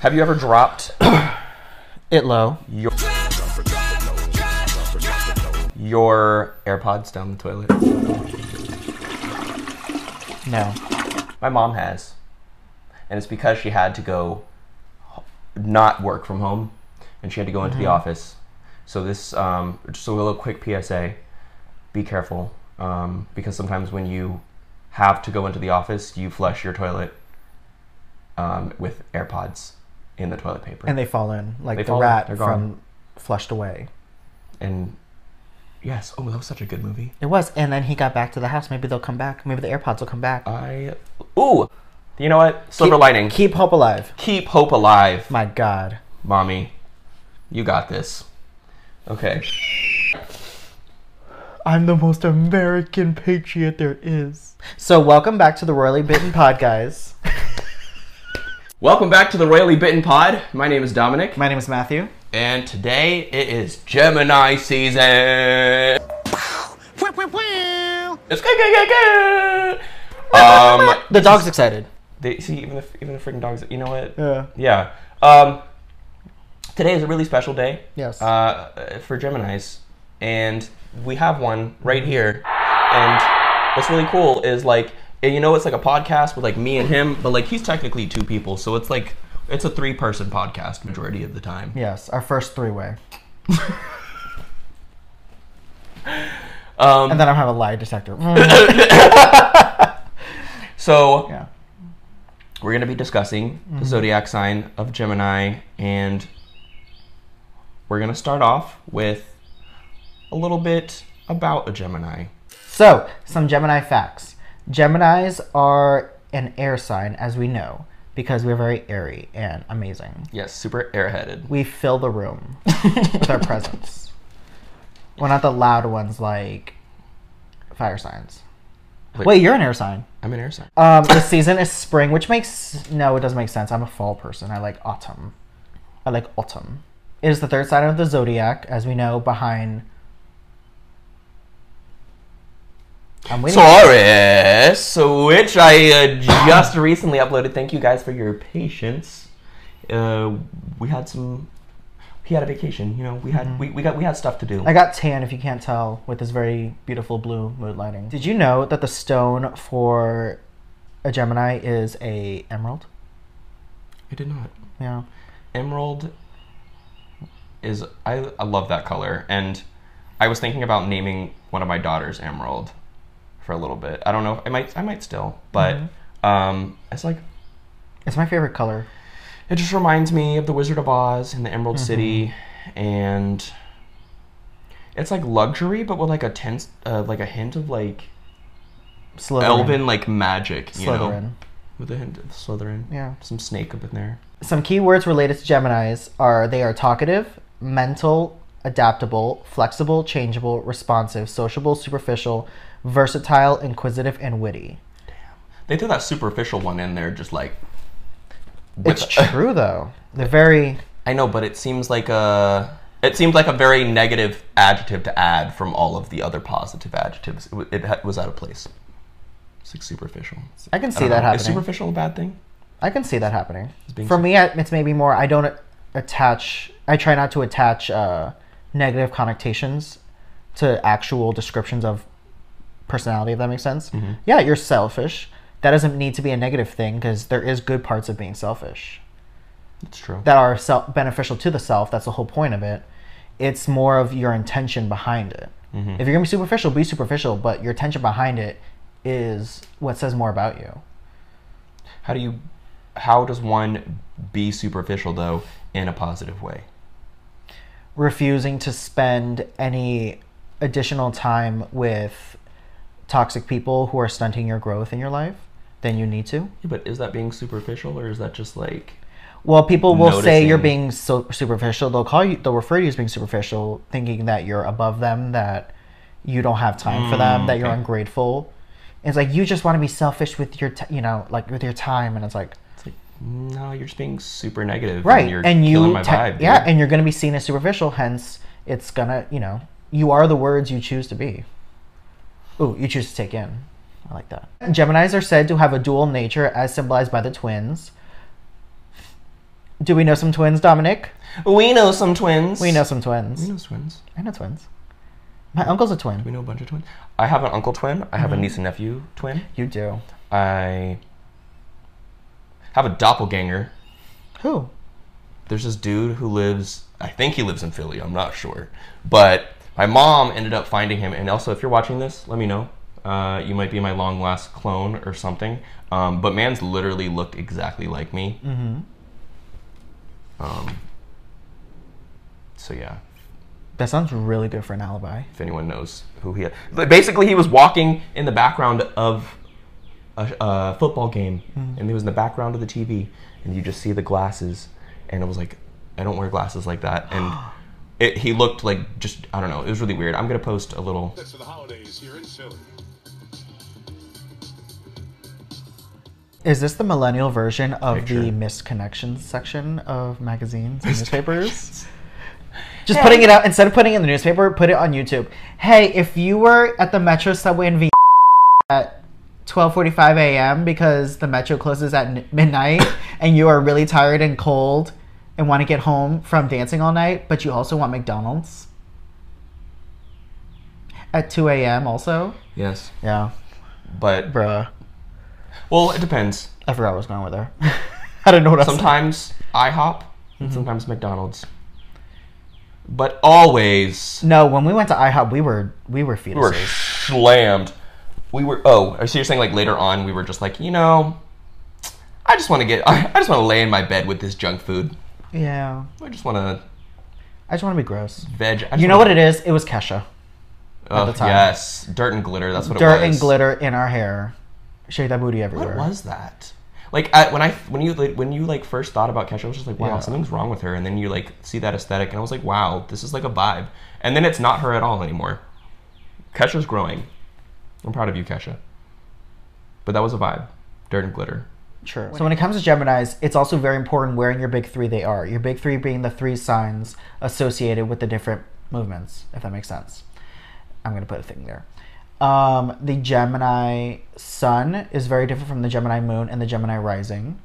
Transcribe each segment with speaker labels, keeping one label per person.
Speaker 1: Have you ever dropped
Speaker 2: It low.
Speaker 1: your your AirPods down the toilet?
Speaker 2: No.
Speaker 1: My mom has, and it's because she had to go h- not work from home, and she had to go into
Speaker 2: Mm-hmm.
Speaker 1: the office. So this um, just a little quick PSA: be careful um, because sometimes when you have to go into the office, you flush your toilet um, with AirPods in the toilet paper.
Speaker 2: And they fall in like
Speaker 1: They
Speaker 2: the
Speaker 1: fall in.
Speaker 2: rat
Speaker 1: They're
Speaker 2: from
Speaker 1: gone.
Speaker 2: Flushed Away.
Speaker 1: and yes, oh, that was such a good movie.
Speaker 2: It was, and then he got back to the house. Maybe they'll come back. Maybe the AirPods will come back.
Speaker 1: I ooh, you know what? Silver
Speaker 2: Keep-
Speaker 1: lining. Keep,
Speaker 2: Keep hope alive.
Speaker 1: hope alive,
Speaker 2: My God.
Speaker 1: mommy. You got this. Okay.
Speaker 2: I'm the most American patriot there is. So welcome back to the Royally Bitten Pod, guys.
Speaker 1: Welcome back to the Royally Bitten Pod. My name is Dominic,
Speaker 2: My name is Matthew.
Speaker 1: and today it is Gemini season. It's go go go go. Um,
Speaker 2: The dog's excited.
Speaker 1: they, see even the even the freaking dogs. You know what?
Speaker 2: Yeah.
Speaker 1: Yeah. Um, today is a really special day.
Speaker 2: Yes.
Speaker 1: Uh, for Gemini's, and we have one right here. And what's really cool is like and you know it's like a podcast with like me and him, but like he's technically two people, so it's like it's a three-person podcast majority of the time.
Speaker 2: yes. Our first three-way.
Speaker 1: Um,
Speaker 2: And then I'll have a lie detector.
Speaker 1: so
Speaker 2: yeah.
Speaker 1: we're gonna be discussing the zodiac sign of Gemini, and we're gonna start off with a little bit about a Gemini.
Speaker 2: So, some Gemini facts. Geminis are an air sign, as we know, because we're very airy and amazing.
Speaker 1: Yes, super airheaded.
Speaker 2: We fill the room with our presence. We're not the loud ones like fire signs.
Speaker 1: Wait.
Speaker 2: Wait, you're an air sign.
Speaker 1: I'm an air sign.
Speaker 2: Um, the season is spring, which makes no, it doesn't make sense. I'm a fall person. I like autumn. I like autumn. It is the third sign of the zodiac, as we know, behind. I'm waiting.
Speaker 1: Taurus, which I uh, just recently uploaded. Thank you guys for your patience. Uh, we had some. He had a vacation, you know. We had we, we got we had stuff to do.
Speaker 2: I got tan, if you can't tell, with this very beautiful blue mood lighting. Did you know that the stone for a Gemini is a emerald?
Speaker 1: I did not.
Speaker 2: Yeah.
Speaker 1: Emerald is I I love that color, and I was thinking about naming one of my daughters Emerald for a little bit. I don't know. If, I might I might still, but um, it's like
Speaker 2: It's my favorite color.
Speaker 1: it just reminds me of the Wizard of Oz and the Emerald
Speaker 2: Mm-hmm.
Speaker 1: City, and it's like luxury, but with like a tense, uh, like a hint of like
Speaker 2: Slytherin.
Speaker 1: elven like magic, you
Speaker 2: Slytherin.
Speaker 1: know, with a hint of Slytherin.
Speaker 2: Yeah.
Speaker 1: some snake up in there.
Speaker 2: Some key words related to Geminis are they are talkative, mental, adaptable, flexible, changeable, responsive, sociable, superficial, versatile, inquisitive, and witty.
Speaker 1: They threw that superficial one in there, just like. with-
Speaker 2: It's true though. They're very
Speaker 1: I know, but it seems like a. It seemed like a very negative adjective to add from all of the other positive adjectives. It, w- it ha- was out of place. It's like superficial.
Speaker 2: I
Speaker 1: I
Speaker 2: can see
Speaker 1: don't
Speaker 2: that
Speaker 1: know. Is
Speaker 2: happening.
Speaker 1: superficial a bad thing?
Speaker 2: I can see that happening.
Speaker 1: being
Speaker 2: For
Speaker 1: so-
Speaker 2: me, I- it's maybe more. I don't attach. I try not to attach uh, negative connotations to actual descriptions of personality. If that makes sense. Yeah, you're selfish. That doesn't need to be a negative thing because there is good parts of being selfish
Speaker 1: It's true.
Speaker 2: that are self beneficial to the self. That's the whole point of it. It's more of your intention behind it.
Speaker 1: Mm-hmm.
Speaker 2: If you're gonna be superficial, be superficial, but your intention behind it is what says more about you.
Speaker 1: How do you how does one be superficial though in a positive way?
Speaker 2: refusing to spend any additional time with toxic people who are stunting your growth in your life than you need to.
Speaker 1: Yeah, but is that being superficial or is that just like
Speaker 2: Well, people will say you're
Speaker 1: Noticing.
Speaker 2: being so superficial. They'll call you, they'll refer to you as being superficial, thinking that you're above them, that you don't have time for them, that you're
Speaker 1: Mm, okay.
Speaker 2: ungrateful. It's like you just want to be selfish with your, t- you know, like with your time, and it's like
Speaker 1: it's like no, you're just being super negative
Speaker 2: right,
Speaker 1: and you're
Speaker 2: and you,
Speaker 1: killing my
Speaker 2: te-
Speaker 1: vibe.
Speaker 2: yeah,
Speaker 1: dude.
Speaker 2: and you're gonna be seen as superficial. Hence, it's gonna, you know, you are the words you choose to be. Ooh, you choose to take in. I like that. Geminis are said to have a dual nature, as symbolized by the twins. Do we know some twins, Dominic?
Speaker 1: We know some twins.
Speaker 2: We know some
Speaker 1: We
Speaker 2: twins.
Speaker 1: know twins.
Speaker 2: I know twins. My uncle's a twin.
Speaker 1: Mm. We know a bunch of twins. I have an uncle twin. I have a niece and nephew twin.
Speaker 2: You do.
Speaker 1: I have a doppelganger.
Speaker 2: Who?
Speaker 1: There's this dude who lives. I think he lives in Philly. I'm not sure, but my mom ended up finding him. And also, if you're watching this, let me know. Uh, you might be my long lost clone or something. Um, but man's literally looked exactly like me.
Speaker 2: Mm-hmm.
Speaker 1: Um, so yeah,
Speaker 2: That sounds really good for an alibi.
Speaker 1: if anyone knows who he is. But basically, he was walking in the background of a, a football game, and he was in the background of the TV, and you just see the glasses, and it was like, I don't wear glasses like that, and it, he looked like just I don't know. It was really weird. I'm gonna post a little.
Speaker 3: for the holidays here in Philly.
Speaker 2: Is this the millennial version of the
Speaker 1: Picture.
Speaker 2: missed connections section of magazines and newspapers? Just putting it out instead of putting it in the newspaper, put it on YouTube. Hey, if you were at the Metro subway in V at 12:45 a.m. because the Metro closes at n- midnight and you are really tired and cold and want to get home from dancing all night, but you also want McDonald's at 2 a.m. also.
Speaker 1: Yes,
Speaker 2: Yeah,
Speaker 1: but
Speaker 2: bruh.
Speaker 1: well, it depends.
Speaker 2: I forgot where I was going with her. I don't know what I was
Speaker 1: Sometimes IHOP, and sometimes McDonald's, but always
Speaker 2: No, when we went to IHOP, we were we were fetuses.
Speaker 1: we were slammed. We were. Oh, so you're saying like later on we were just like, you know, I just want to get. I, I just want to lay in my bed with this junk food.
Speaker 2: Yeah,
Speaker 1: I just want to
Speaker 2: I just want to be gross.
Speaker 1: veg. I just
Speaker 2: You know what
Speaker 1: wanna-
Speaker 2: it is? It was Kesha.
Speaker 1: Ugh,
Speaker 2: the time.
Speaker 1: Yes, dirt and glitter. That's what it was.
Speaker 2: Dirt and glitter in our hair. Shake that booty everywhere.
Speaker 1: What was that? Like I, when I when you like, when you like first thought about Kesha, I was just like, wow,
Speaker 2: Yeah.
Speaker 1: something's wrong with her. And then you like see that aesthetic, and I was like, wow, this is like a vibe. And then it's not her at all anymore. Kesha's growing. I'm proud of you, Kesha. But that was a vibe. Dirt and glitter.
Speaker 2: True. So when it comes to Gemini's, it's also very important where in your big three they are. Your big three being the three signs associated with the different movements, if that makes sense. I'm gonna put a thing there. Um, the Gemini Sun is very different from the Gemini Moon and the Gemini Rising.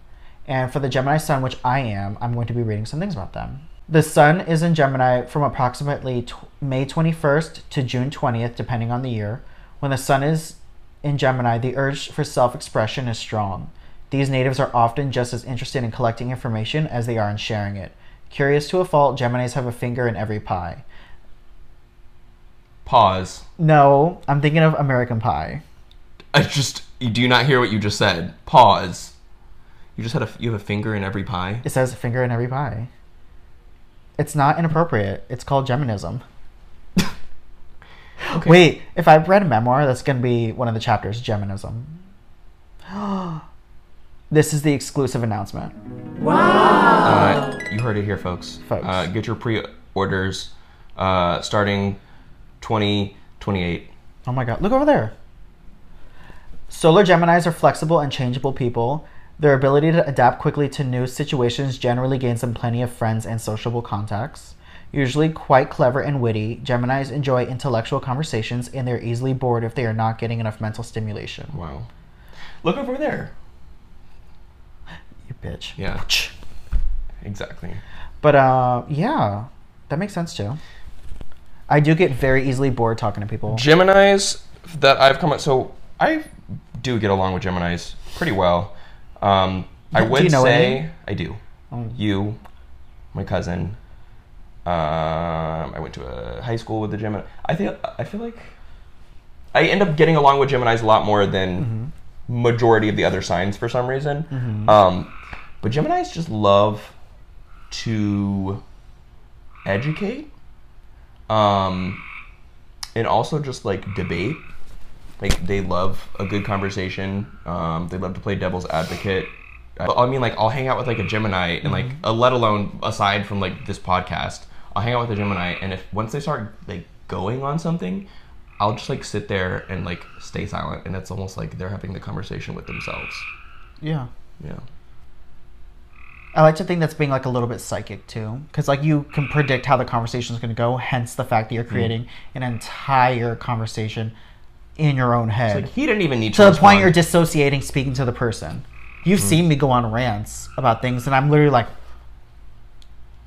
Speaker 2: And for the Gemini Sun, which I am, I'm going to be reading some things about them. The Sun is in Gemini from approximately tw- May 21st to June 20th, depending on the year. When the Sun is in Gemini, the urge for self expression is strong. These natives are often just as interested in collecting information as they are in sharing it. Curious to a fault, Geminis have a finger in every pie.
Speaker 1: Pause.
Speaker 2: No, I'm thinking of American Pie.
Speaker 1: I just you do not hear what you just said. Pause. You just had a you have a finger in every pie.
Speaker 2: It says finger in every pie. It's not inappropriate. It's called Geminism.
Speaker 1: Okay.
Speaker 2: Wait, if I read a memoir, that's going to be one of the chapters Geminism. this is the exclusive announcement.
Speaker 1: Uh, you heard it here, folks.
Speaker 2: Folks.
Speaker 1: Uh, get your pre-orders uh, starting twenty twenty eight.
Speaker 2: Oh my god, look over there. Solar Geminis are flexible and changeable people. Their ability to adapt quickly to new situations generally gains them plenty of friends and sociable contacts. Usually quite clever and witty, Geminis enjoy intellectual conversations and they're easily bored if they are not getting enough mental stimulation.
Speaker 1: Wow. Look over there.
Speaker 2: You bitch.
Speaker 1: Yeah. Exactly.
Speaker 2: But uh yeah, that makes sense too. I do get very easily bored talking to people.
Speaker 1: Gemini's that I've come up. So I do get along with Gemini's pretty well. Um, I
Speaker 2: Do
Speaker 1: would
Speaker 2: you know
Speaker 1: say
Speaker 2: any?
Speaker 1: I do.
Speaker 2: Oh.
Speaker 1: You, my cousin. Um, I went to a high school with the Gemini. I think I feel like I end up getting along with Gemini's a lot more
Speaker 2: Mm-hmm.
Speaker 1: than majority of the other signs for some reason. Um, but Gemini's just love to educate. Um, and also just like debate. Like they love a good conversation. Um, they love to play devil's advocate. I, I mean, like I'll hang out with like a Gemini, and like
Speaker 2: Mm-hmm.
Speaker 1: uh, let alone aside from like this podcast, I'll hang out with a Gemini, and if once they start like going on something, I'll just like sit there and like stay silent, and it's almost like they're having the conversation with themselves.
Speaker 2: Yeah.
Speaker 1: Yeah.
Speaker 2: I like to think that's being like a little bit psychic too, because like you can predict how the conversation is going to go. Hence the fact that
Speaker 1: Mm.
Speaker 2: you're creating an entire conversation in your own head
Speaker 1: Like he didn't even need to.
Speaker 2: to the point
Speaker 1: respond.
Speaker 2: you're
Speaker 1: Mm.
Speaker 2: dissociating speaking to the person. You've seen me go on rants about things, and I'm literally like,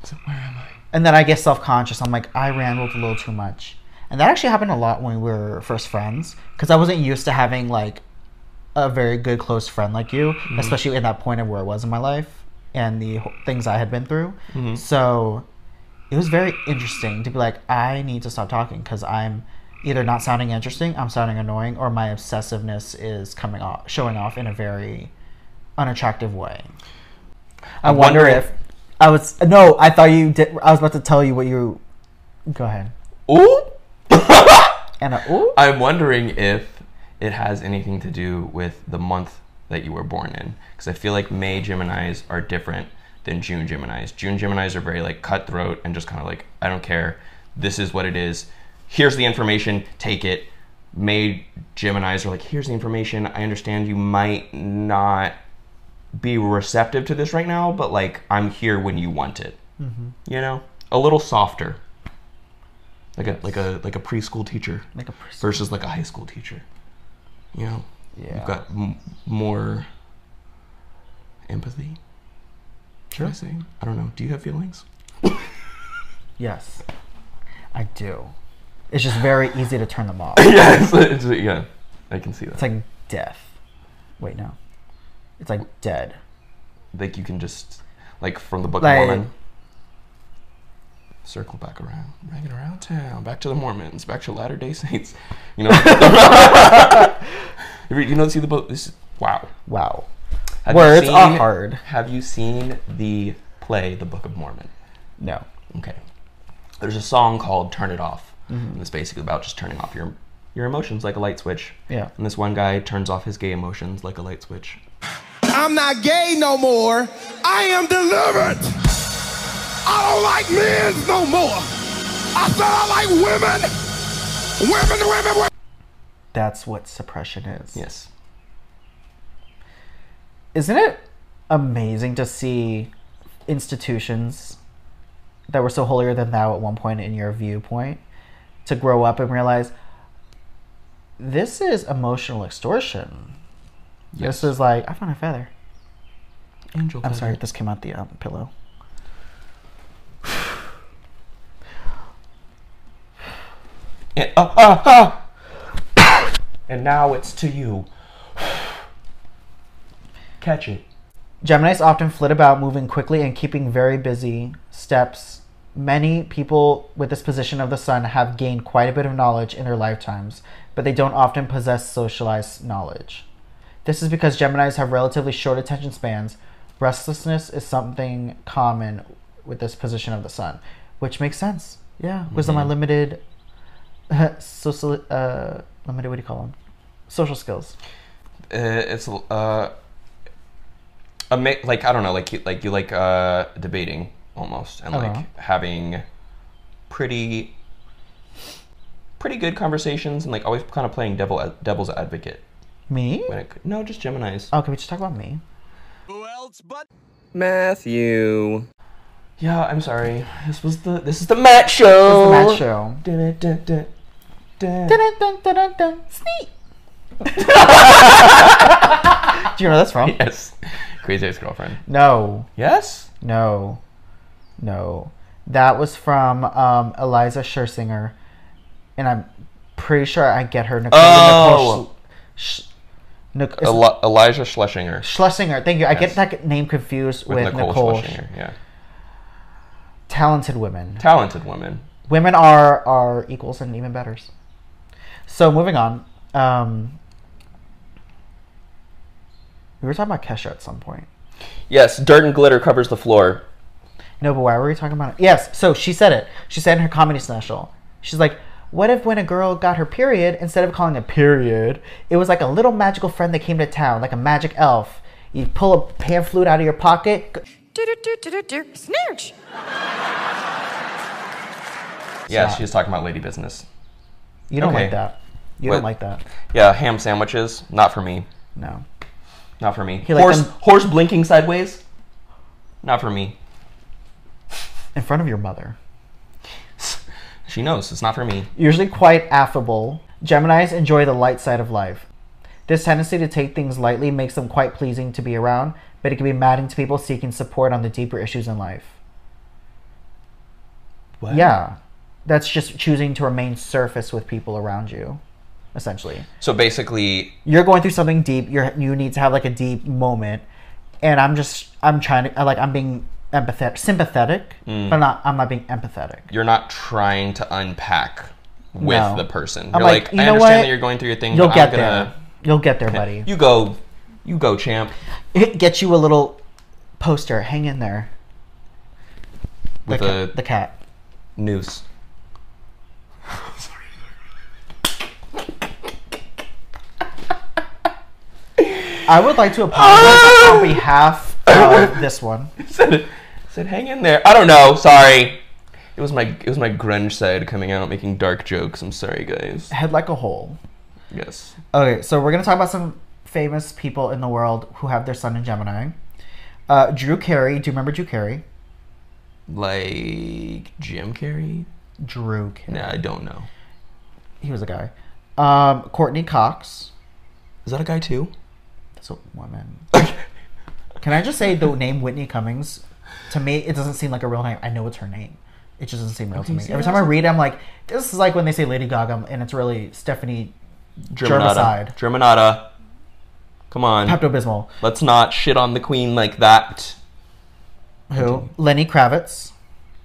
Speaker 1: So where am I?
Speaker 2: And then I get self conscious. I'm like, I rambled a little too much. And that actually happened a lot when we were first friends because I wasn't used to having like a very good close friend like you, especially in that point of where I was in my life and the wh- things I had been through. So it was very interesting to be like, I need to stop talking because I'm either not sounding interesting, I'm sounding annoying, or my obsessiveness is coming off, showing off in a very unattractive way. I wonder
Speaker 1: wondering-
Speaker 2: if I was no. I thought you did. I was about to tell you what you. Go ahead.
Speaker 1: Ooh.
Speaker 2: And a, ooh,
Speaker 1: I'm wondering if it has anything to do with the month that you were born in. Because I feel like May Geminis are different than June Geminis. June Geminis are very like cutthroat and just kind of like, I don't care. This is what it is. Here's the information. Take it. May Geminis are like, here's the information. I understand you might not be receptive to this right now, but like, I'm here when you want it. You know? A little softer. Like a like a like a preschool teacher
Speaker 2: like a person.
Speaker 1: versus like a high school teacher. You know,
Speaker 2: Yeah.
Speaker 1: you've got m- more empathy. Should I say? I don't know. Do you have feelings?
Speaker 2: Yes, I do. It's just very easy to turn them off.
Speaker 1: yes. It's, yeah, I can see that.
Speaker 2: It's like death. Wait, no. It's like dead.
Speaker 1: Like you can just like from the Book
Speaker 2: Like-
Speaker 1: of Mormon. Circle back around, ragging around town, back to the Mormons, back to Latter Day Saints. You know, you, you don't see the book. This wow.
Speaker 2: Wow.
Speaker 1: Have you
Speaker 2: Words are
Speaker 1: seen-
Speaker 2: hard.
Speaker 1: Have you seen the play, The Book of Mormon?
Speaker 2: No.
Speaker 1: Okay. There's a song called "Turn It Off," and it's basically about just turning off your your emotions like a light switch.
Speaker 2: Yeah.
Speaker 1: And this one guy turns off his gay emotions like a light switch.
Speaker 3: I'm not gay no more. I am delivered. I don't like men no more. I said I like women. Women, women, women.
Speaker 2: That's what suppression is.
Speaker 1: Yes.
Speaker 2: Isn't it amazing to see institutions that were so holier than thou at one point in your viewpoint to grow up and realize this is emotional extortion.
Speaker 1: Yes.
Speaker 2: This is like, I found a feather.
Speaker 1: Angel.
Speaker 2: I'm
Speaker 1: feather.
Speaker 2: sorry, this came out the um, pillow.
Speaker 1: And, ah, ah, ah. and now it's to you. Catch it.
Speaker 2: Geminis often flit about, moving quickly and keeping very busy steps. Many people with this position of the sun have gained quite a bit of knowledge in their lifetimes, but they don't often possess socialized knowledge. This is because Geminis have relatively short attention spans. Restlessness is something common with this position of the sun, which makes sense. Yeah, wisdom my limited, social, uh, limited. What do you call them? Social skills.
Speaker 1: Uh, it's uh, a mi- like I don't know, like you, like you like uh debating almost, and
Speaker 2: Uh-huh.
Speaker 1: like having pretty pretty good conversations, and like always kind of playing devil uh, devil's advocate.
Speaker 2: Me?
Speaker 1: When it, c- no, just Gemini's.
Speaker 2: Oh, can we just talk about me?
Speaker 3: Who else but?
Speaker 1: Matthew. Yeah, I'm sorry. This was the this is the Matt show.
Speaker 2: Matt show.
Speaker 1: Dun, dun, dun, dun.
Speaker 2: Dun, dun, dun, dun, dun. Sneak. Do you know where that's from?
Speaker 1: Yes, crazy ex-girlfriend.
Speaker 2: No,
Speaker 1: Yes.
Speaker 2: no, no. That was from um, Eliza Scherzinger, and I'm pretty sure I get her Nicole.
Speaker 1: Oh.
Speaker 2: Nicole Sch- Sch- Nic- is-
Speaker 1: Eli- Elijah Schlesinger
Speaker 2: Schlesinger. Thank you. I
Speaker 1: Yes.
Speaker 2: get that name confused with,
Speaker 1: with
Speaker 2: Nicole.
Speaker 1: Nicole,
Speaker 2: Sch-
Speaker 1: Schlesinger. Yeah,
Speaker 2: Talented women.
Speaker 1: talented woman.
Speaker 2: women are are equals and even betters. So moving on, um, we were talking about Kesha at some point.
Speaker 1: Yes, dirt and glitter covers the floor.
Speaker 2: No, but why were we talking about it? Yes, so she said it. She said in her comedy special, she's like, "What if when a girl got her period, instead of calling it period, it was like a little magical friend that came to town, like a magic elf? You pull a pan flute out of your pocket, g-
Speaker 4: Do-do-do-do-do-do. Snooch!
Speaker 1: Yeah, she's talking about lady business.
Speaker 2: you don't
Speaker 1: Okay.
Speaker 2: like that. You
Speaker 1: What?
Speaker 2: don't like that.
Speaker 1: Yeah, ham sandwiches, not for me.
Speaker 2: No,
Speaker 1: Not for me.
Speaker 2: liked
Speaker 1: Horse,
Speaker 2: them-
Speaker 1: horse blinking sideways, not for me.
Speaker 2: in front of your mother."
Speaker 1: She knows it's not for me.
Speaker 2: usually quite affable, Geminis enjoy the light side of life. This tendency to take things lightly makes them quite pleasing to be around, but it can be maddening to people seeking support on the deeper issues in life.
Speaker 1: What?
Speaker 2: Yeah. That's just choosing to remain surface with people around you, essentially.
Speaker 1: So basically,
Speaker 2: You're going through something deep. You're you need to have like a deep moment, and I'm just I'm trying to I like I'm being empathetic, sympathetic,
Speaker 1: Mm.
Speaker 2: but not I'm not being empathetic.
Speaker 1: you're not trying to unpack with
Speaker 2: No.
Speaker 1: the person. You're
Speaker 2: I'm
Speaker 1: like,
Speaker 2: like,
Speaker 1: I
Speaker 2: "You know
Speaker 1: understand
Speaker 2: what?
Speaker 1: that you're going through your thing.
Speaker 2: You'll
Speaker 1: but
Speaker 2: get
Speaker 1: I'm gonna,
Speaker 2: there. You'll get there, buddy.
Speaker 1: You go, you go, champ.
Speaker 2: It gets you a little poster. Hang in there. The,
Speaker 1: With
Speaker 2: ca-
Speaker 1: a
Speaker 2: the cat.
Speaker 1: noose.
Speaker 2: I would like to apologize on behalf of this one.
Speaker 1: said, said, hang in there. I don't know. Sorry. It was my it was my grunge side coming out, making dark jokes. I'm sorry, guys.
Speaker 2: Head like a hole.
Speaker 1: Yes.
Speaker 2: Okay, so we're gonna talk about some famous people in the world who have their sun in Gemini. Uh, Drew Carey. Do you remember Drew Carey?
Speaker 1: Like Jim Carrey?
Speaker 2: Drew Carey.
Speaker 1: Nah, I don't know.
Speaker 2: He was a guy. Um, Courtney Cox.
Speaker 1: Is that a guy too?
Speaker 2: That's a woman. Can I just say the name Whitney Cummings? To me, it doesn't seem like a real name. I know it's her name. It just doesn't seem real to me.
Speaker 1: see,
Speaker 2: Every time I
Speaker 1: that's-
Speaker 2: read it, I'm like, this is like when they say Lady Gaga, and it's really Stephanie
Speaker 1: Germanata.
Speaker 2: Germicide.
Speaker 1: Germanata. Come on.
Speaker 2: Pepto Bismol.
Speaker 1: Let's not shit on the queen like that.
Speaker 2: Who? Lenny Kravitz.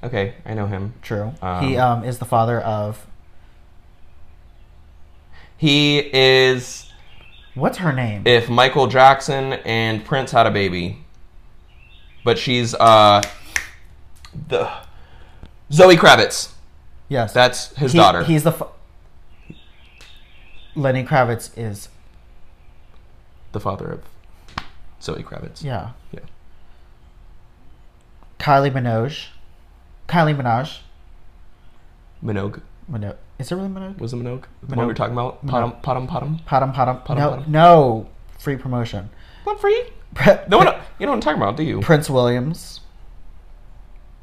Speaker 1: Okay, I know him.
Speaker 2: True.
Speaker 1: Um,
Speaker 2: he um, is the father of.
Speaker 1: He is
Speaker 2: What's her name?
Speaker 1: if Michael Jackson and Prince had a baby. But she's uh the Zoe Kravitz.
Speaker 2: yes.
Speaker 1: That's his
Speaker 2: He-
Speaker 1: daughter.
Speaker 2: He's the. Fa- Lenny Kravitz is.
Speaker 1: the father of Zoe Kravitz.
Speaker 2: Yeah.
Speaker 1: Yeah.
Speaker 2: Kylie Minogue. Kylie Minaj.
Speaker 1: Minogue.
Speaker 2: Minogue. Is it really Minogue?
Speaker 1: Was it Minogue? The one we were
Speaker 2: Minogue.
Speaker 1: talking about? Potom, potom, potom.
Speaker 2: Padam Padam.
Speaker 1: Padam
Speaker 2: no,
Speaker 1: Padam.
Speaker 2: no. Free promotion.
Speaker 1: Not free. No, one, you know what I'm talking about, do you?
Speaker 2: Prince Williams.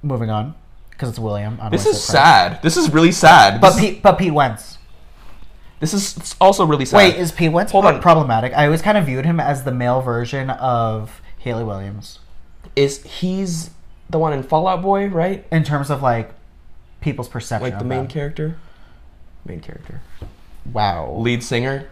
Speaker 2: Moving on, because it's William. I don't
Speaker 1: This
Speaker 2: wanna
Speaker 1: is
Speaker 2: say Prince.
Speaker 1: sad. This is really sad.
Speaker 2: But
Speaker 1: this,
Speaker 2: Pete, but Pete Wentz.
Speaker 1: this is it's also really sad.
Speaker 2: Wait, is Pete Wentz
Speaker 1: Hold
Speaker 2: pro-
Speaker 1: on.
Speaker 2: problematic? I always kind of viewed him as the male version of Haley Williams
Speaker 1: is he's the one in Fallout Boy, right?
Speaker 2: in terms of like people's perception.
Speaker 1: Like
Speaker 2: of
Speaker 1: the main
Speaker 2: them.
Speaker 1: character? Main character.
Speaker 2: Wow.
Speaker 1: Lead singer.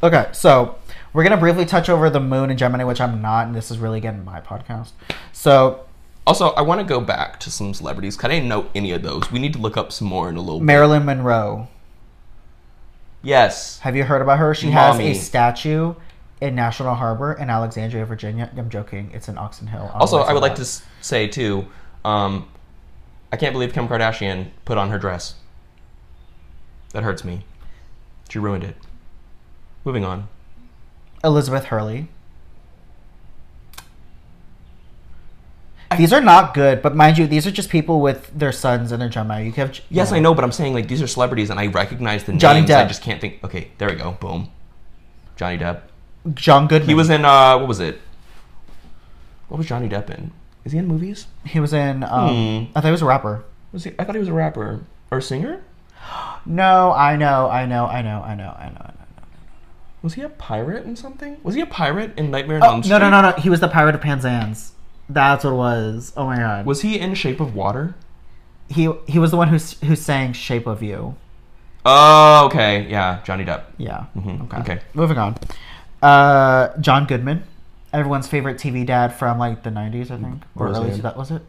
Speaker 2: Okay, so we're gonna briefly touch over the moon in Gemini, which I'm not, and this is really getting my podcast. So
Speaker 1: Also, I want to go back to some celebrities. 'cause I didn't know any of those. We need to look up some more in a little bit.
Speaker 2: Marilyn Monroe.
Speaker 1: Yes.
Speaker 2: Have you heard about her? She
Speaker 1: Mommy.
Speaker 2: has a statue in National Harbor in Alexandria, Virginia. I'm joking. It's in Oxon Hill.
Speaker 1: Also, I would like to s- say too, um, I can't believe Kim Kardashian put on her dress. That hurts me. She ruined it. Moving on.
Speaker 2: Elizabeth Hurley. These are not good, but mind you, these are just people with their sons and their Gemini. You have
Speaker 1: Yes, I know, but I'm saying like these are celebrities, and I recognize the
Speaker 2: Johnny
Speaker 1: names. I
Speaker 2: Depp.
Speaker 1: just can't think. Okay, there we go. Boom. Johnny Depp.
Speaker 2: John Goodman.
Speaker 1: He was in uh, what was it? What was Johnny Depp in? Is he in movies?
Speaker 2: He was in. Um,
Speaker 1: Hmm.
Speaker 2: I thought he was a rapper.
Speaker 1: Was he? I thought he was a rapper or a singer.
Speaker 2: No, I know, I know, I know, I know, I know, I know.
Speaker 1: Was he a pirate in something? Was he a pirate in Nightmare on
Speaker 2: Oh,
Speaker 1: Elm
Speaker 2: no,
Speaker 1: Street?
Speaker 2: no, no, no. He was the pirate of Panzans. That's what it was. Oh my god.
Speaker 1: Was he in Shape of Water?
Speaker 2: he he was the one who s- who sang "Shape of You."
Speaker 1: Oh, okay. Yeah, Johnny Depp.
Speaker 2: Yeah.
Speaker 1: Okay.
Speaker 2: Moving on. Uh, John Goodman, everyone's favorite TV dad from like the '90s, I think, or early
Speaker 1: Roseanne.
Speaker 2: that was it.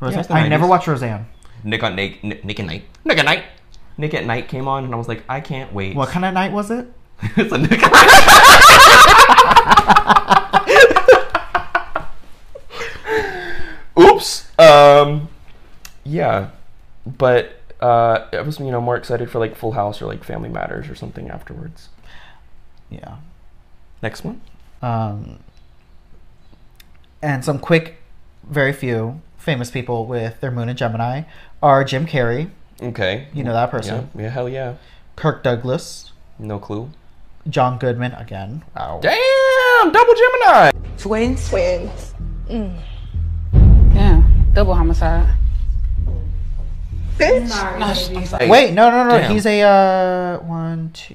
Speaker 2: Roseanne.
Speaker 1: it's the
Speaker 2: I never
Speaker 1: 90s.
Speaker 2: watched Roseanne.
Speaker 1: Nick on Nick, Nick, Nick at Night. Nick at Night. Nick at Night came on, and I was like, I can't wait.
Speaker 2: What kind of night was it?
Speaker 1: it's a Nick. Oops. Um. Yeah, but uh, I was you know more excited for like Full House or like Family Matters or something afterwards.
Speaker 2: Yeah.
Speaker 1: Next one.
Speaker 2: Um, and some quick, very few famous people with their moon in Gemini are Jim Carrey.
Speaker 1: Okay.
Speaker 2: You know that
Speaker 1: Yeah.
Speaker 2: person.
Speaker 1: Yeah. Hell yeah.
Speaker 2: Kirk Douglas.
Speaker 1: No clue.
Speaker 2: John Goodman again. Wow.
Speaker 1: Damn! Double Gemini.
Speaker 5: Twins? Twins.
Speaker 6: Yeah, double homicide.
Speaker 5: Bitch.
Speaker 2: Wait, no, no, no.
Speaker 1: Damn.
Speaker 2: He's a uh, one, two.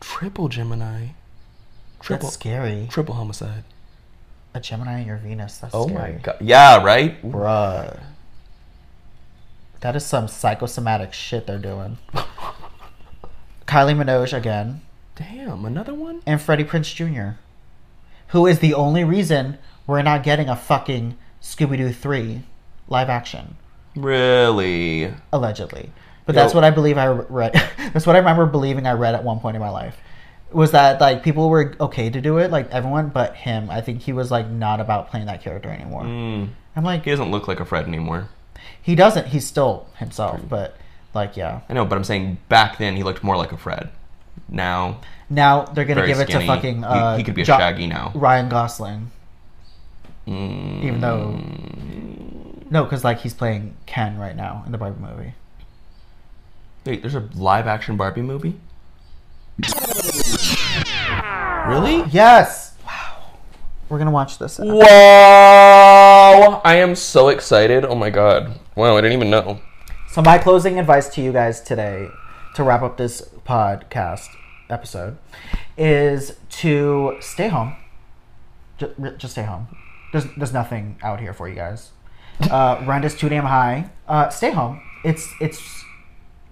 Speaker 1: Triple Gemini.
Speaker 2: That's scary.
Speaker 1: Triple homicide.
Speaker 2: A Gemini and your Venus. That's
Speaker 1: Oh
Speaker 2: scary.
Speaker 1: my god. Yeah, right?
Speaker 2: Bruh. That is some psychosomatic shit they're doing. Kylie Minogue again,
Speaker 1: Damn, another one?
Speaker 2: and Freddie Prince Jr., who is the only reason we're not getting a fucking Scooby Doo 3 live action,
Speaker 1: Really?
Speaker 2: allegedly. But
Speaker 1: Yo.
Speaker 2: that's what I believe I read. that's what I remember believing I read at one point in my life. Was that like people were okay to do it, like everyone but him? I think he was like not about playing that character anymore. I'm like,
Speaker 1: He doesn't look like a Fred anymore.
Speaker 2: He doesn't. He's still himself, but like yeah.
Speaker 1: I know, but I'm saying back then he looked more like a Fred. Now,
Speaker 2: Now they're gonna
Speaker 1: very
Speaker 2: give
Speaker 1: skinny.
Speaker 2: it to fucking.
Speaker 1: He-
Speaker 2: Uh,
Speaker 1: he, could be a
Speaker 2: Jo-
Speaker 1: Shaggy now. Mm.
Speaker 2: Ryan Gosling. Even though, no, because like he's playing Ken right now in the Barbie movie.
Speaker 1: Wait, there's a live action Barbie movie? Really?
Speaker 2: Yes. Wow. We're gonna watch this. Now.
Speaker 1: Wow! I am so excited. Oh my god. Wow, I didn't even know.
Speaker 2: So my closing advice to you guys today, to wrap up this podcast episode, is to stay home. Ju- re- Just, stay home. There's there's nothing out here for you guys. Uh, rent is too damn high. Uh, stay home. It's it's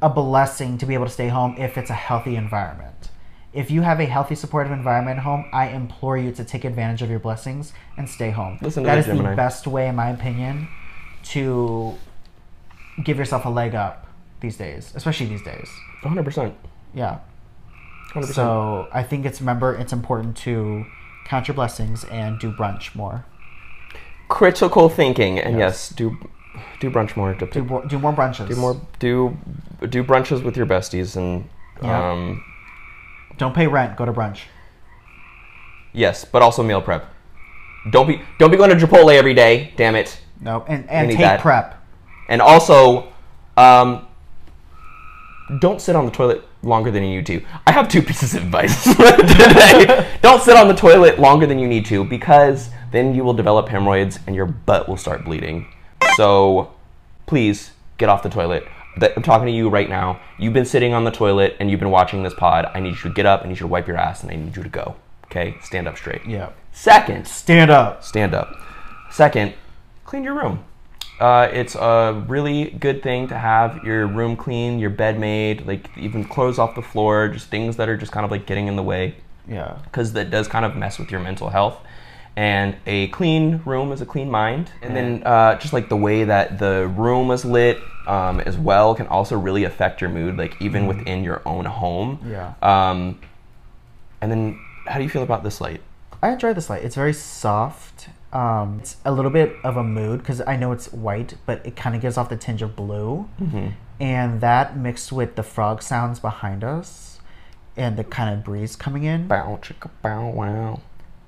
Speaker 2: a blessing to be able to stay home if it's a healthy environment. If you have a healthy, supportive environment at home, I implore you to take advantage of your blessings and stay home.
Speaker 1: Listen to
Speaker 2: That
Speaker 1: the
Speaker 2: is
Speaker 1: Gemini.
Speaker 2: the best way, in my opinion, to give yourself a leg up these days, especially these days.
Speaker 1: 100%.
Speaker 2: Yeah.
Speaker 1: 100%.
Speaker 2: So I think it's remember it's important to count your blessings and do brunch more.
Speaker 1: critical thinking, and yes, do do brunch more. Do,
Speaker 2: Do, br- do more brunches. Do
Speaker 1: more. Do do brunches with your besties, and
Speaker 2: Yeah.
Speaker 1: um,
Speaker 2: Don't pay rent. Go to brunch.
Speaker 1: yes, but also meal prep. Don't be don't be going to Chipotle every day. Damn it.
Speaker 2: No, and and
Speaker 1: need
Speaker 2: take
Speaker 1: that.
Speaker 2: prep.
Speaker 1: And also, um, don't sit on the toilet longer than you need to. I have two pieces of advice today. don't sit on the toilet longer than you need to because then you will develop hemorrhoids and your butt will start bleeding. So please get off the toilet. That- I'm talking to you right now. You've been sitting on the toilet and you've been watching this pod. I need you to get up. I need you to wipe your ass and I need you to go. Okay? Stand up straight.
Speaker 2: Yeah.
Speaker 1: Second,
Speaker 2: Stand up.
Speaker 1: stand up. Second, clean your room. Uh, it's a really good thing to have your room clean, your bed made, like even clothes off the floor, just things that are just kind of like getting in the way,
Speaker 2: Yeah.
Speaker 1: because that does kind of mess with your mental health. And a clean room is a clean mind. And then uh, just like the way that the room is lit um, as well can also really affect your mood, like even within your own home.
Speaker 2: Yeah.
Speaker 1: Um, and then, how do you feel about this light?
Speaker 2: I enjoy this light. It's very soft. Um, it's a little bit of a mood because I know it's white, but it kind of gives off the tinge of blue, and that mixed with the frog sounds behind us, and the kind of breeze coming in.
Speaker 1: Bow chicka bow wow.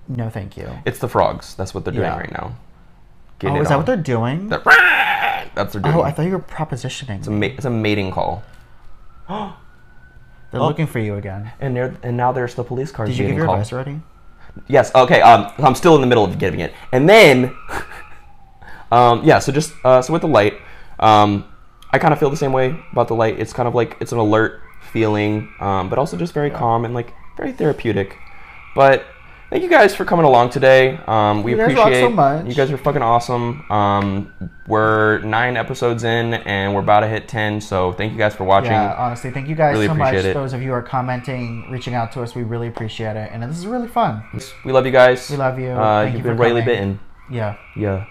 Speaker 2: No, thank you.
Speaker 1: It's the frogs. That's what they're doing
Speaker 2: Yeah.
Speaker 1: right now.
Speaker 2: Oh,
Speaker 1: it
Speaker 2: is that
Speaker 1: on.
Speaker 2: what they're doing?
Speaker 1: They're- That's what they're doing.
Speaker 2: oh, I thought you were propositioning.
Speaker 1: it's, a ma- it's a mating call.
Speaker 2: they're looking for you again.
Speaker 1: And they're and now there's the police cars.
Speaker 2: Did you give
Speaker 1: mating
Speaker 2: your
Speaker 1: call.
Speaker 2: advice already?
Speaker 1: Yes. Okay. Um, I'm still in the middle of giving it, and then, um, yeah. So just uh, so with the light, um, I kind of feel the same way about the light. It's kind of like it's an alert feeling, um, but also just very calm and like very therapeutic. But thank you guys for coming along today. Um, we
Speaker 2: You guys rock so
Speaker 1: appreciate
Speaker 2: much.
Speaker 1: you guys are fucking awesome. Um, we're nine episodes in, and we're about to hit ten. So thank you guys for watching.
Speaker 2: Yeah, honestly, thank you guys
Speaker 1: Really
Speaker 2: so much.
Speaker 1: appreciate it.
Speaker 2: Those of you who are commenting, reaching out to us, we really appreciate it, and this is really fun.
Speaker 1: We love you guys.
Speaker 2: um, We love you.
Speaker 1: Uh,
Speaker 2: Thank
Speaker 1: you've
Speaker 2: you for
Speaker 1: been royally
Speaker 2: coming.
Speaker 1: bitten.
Speaker 2: Yeah.
Speaker 1: Yeah.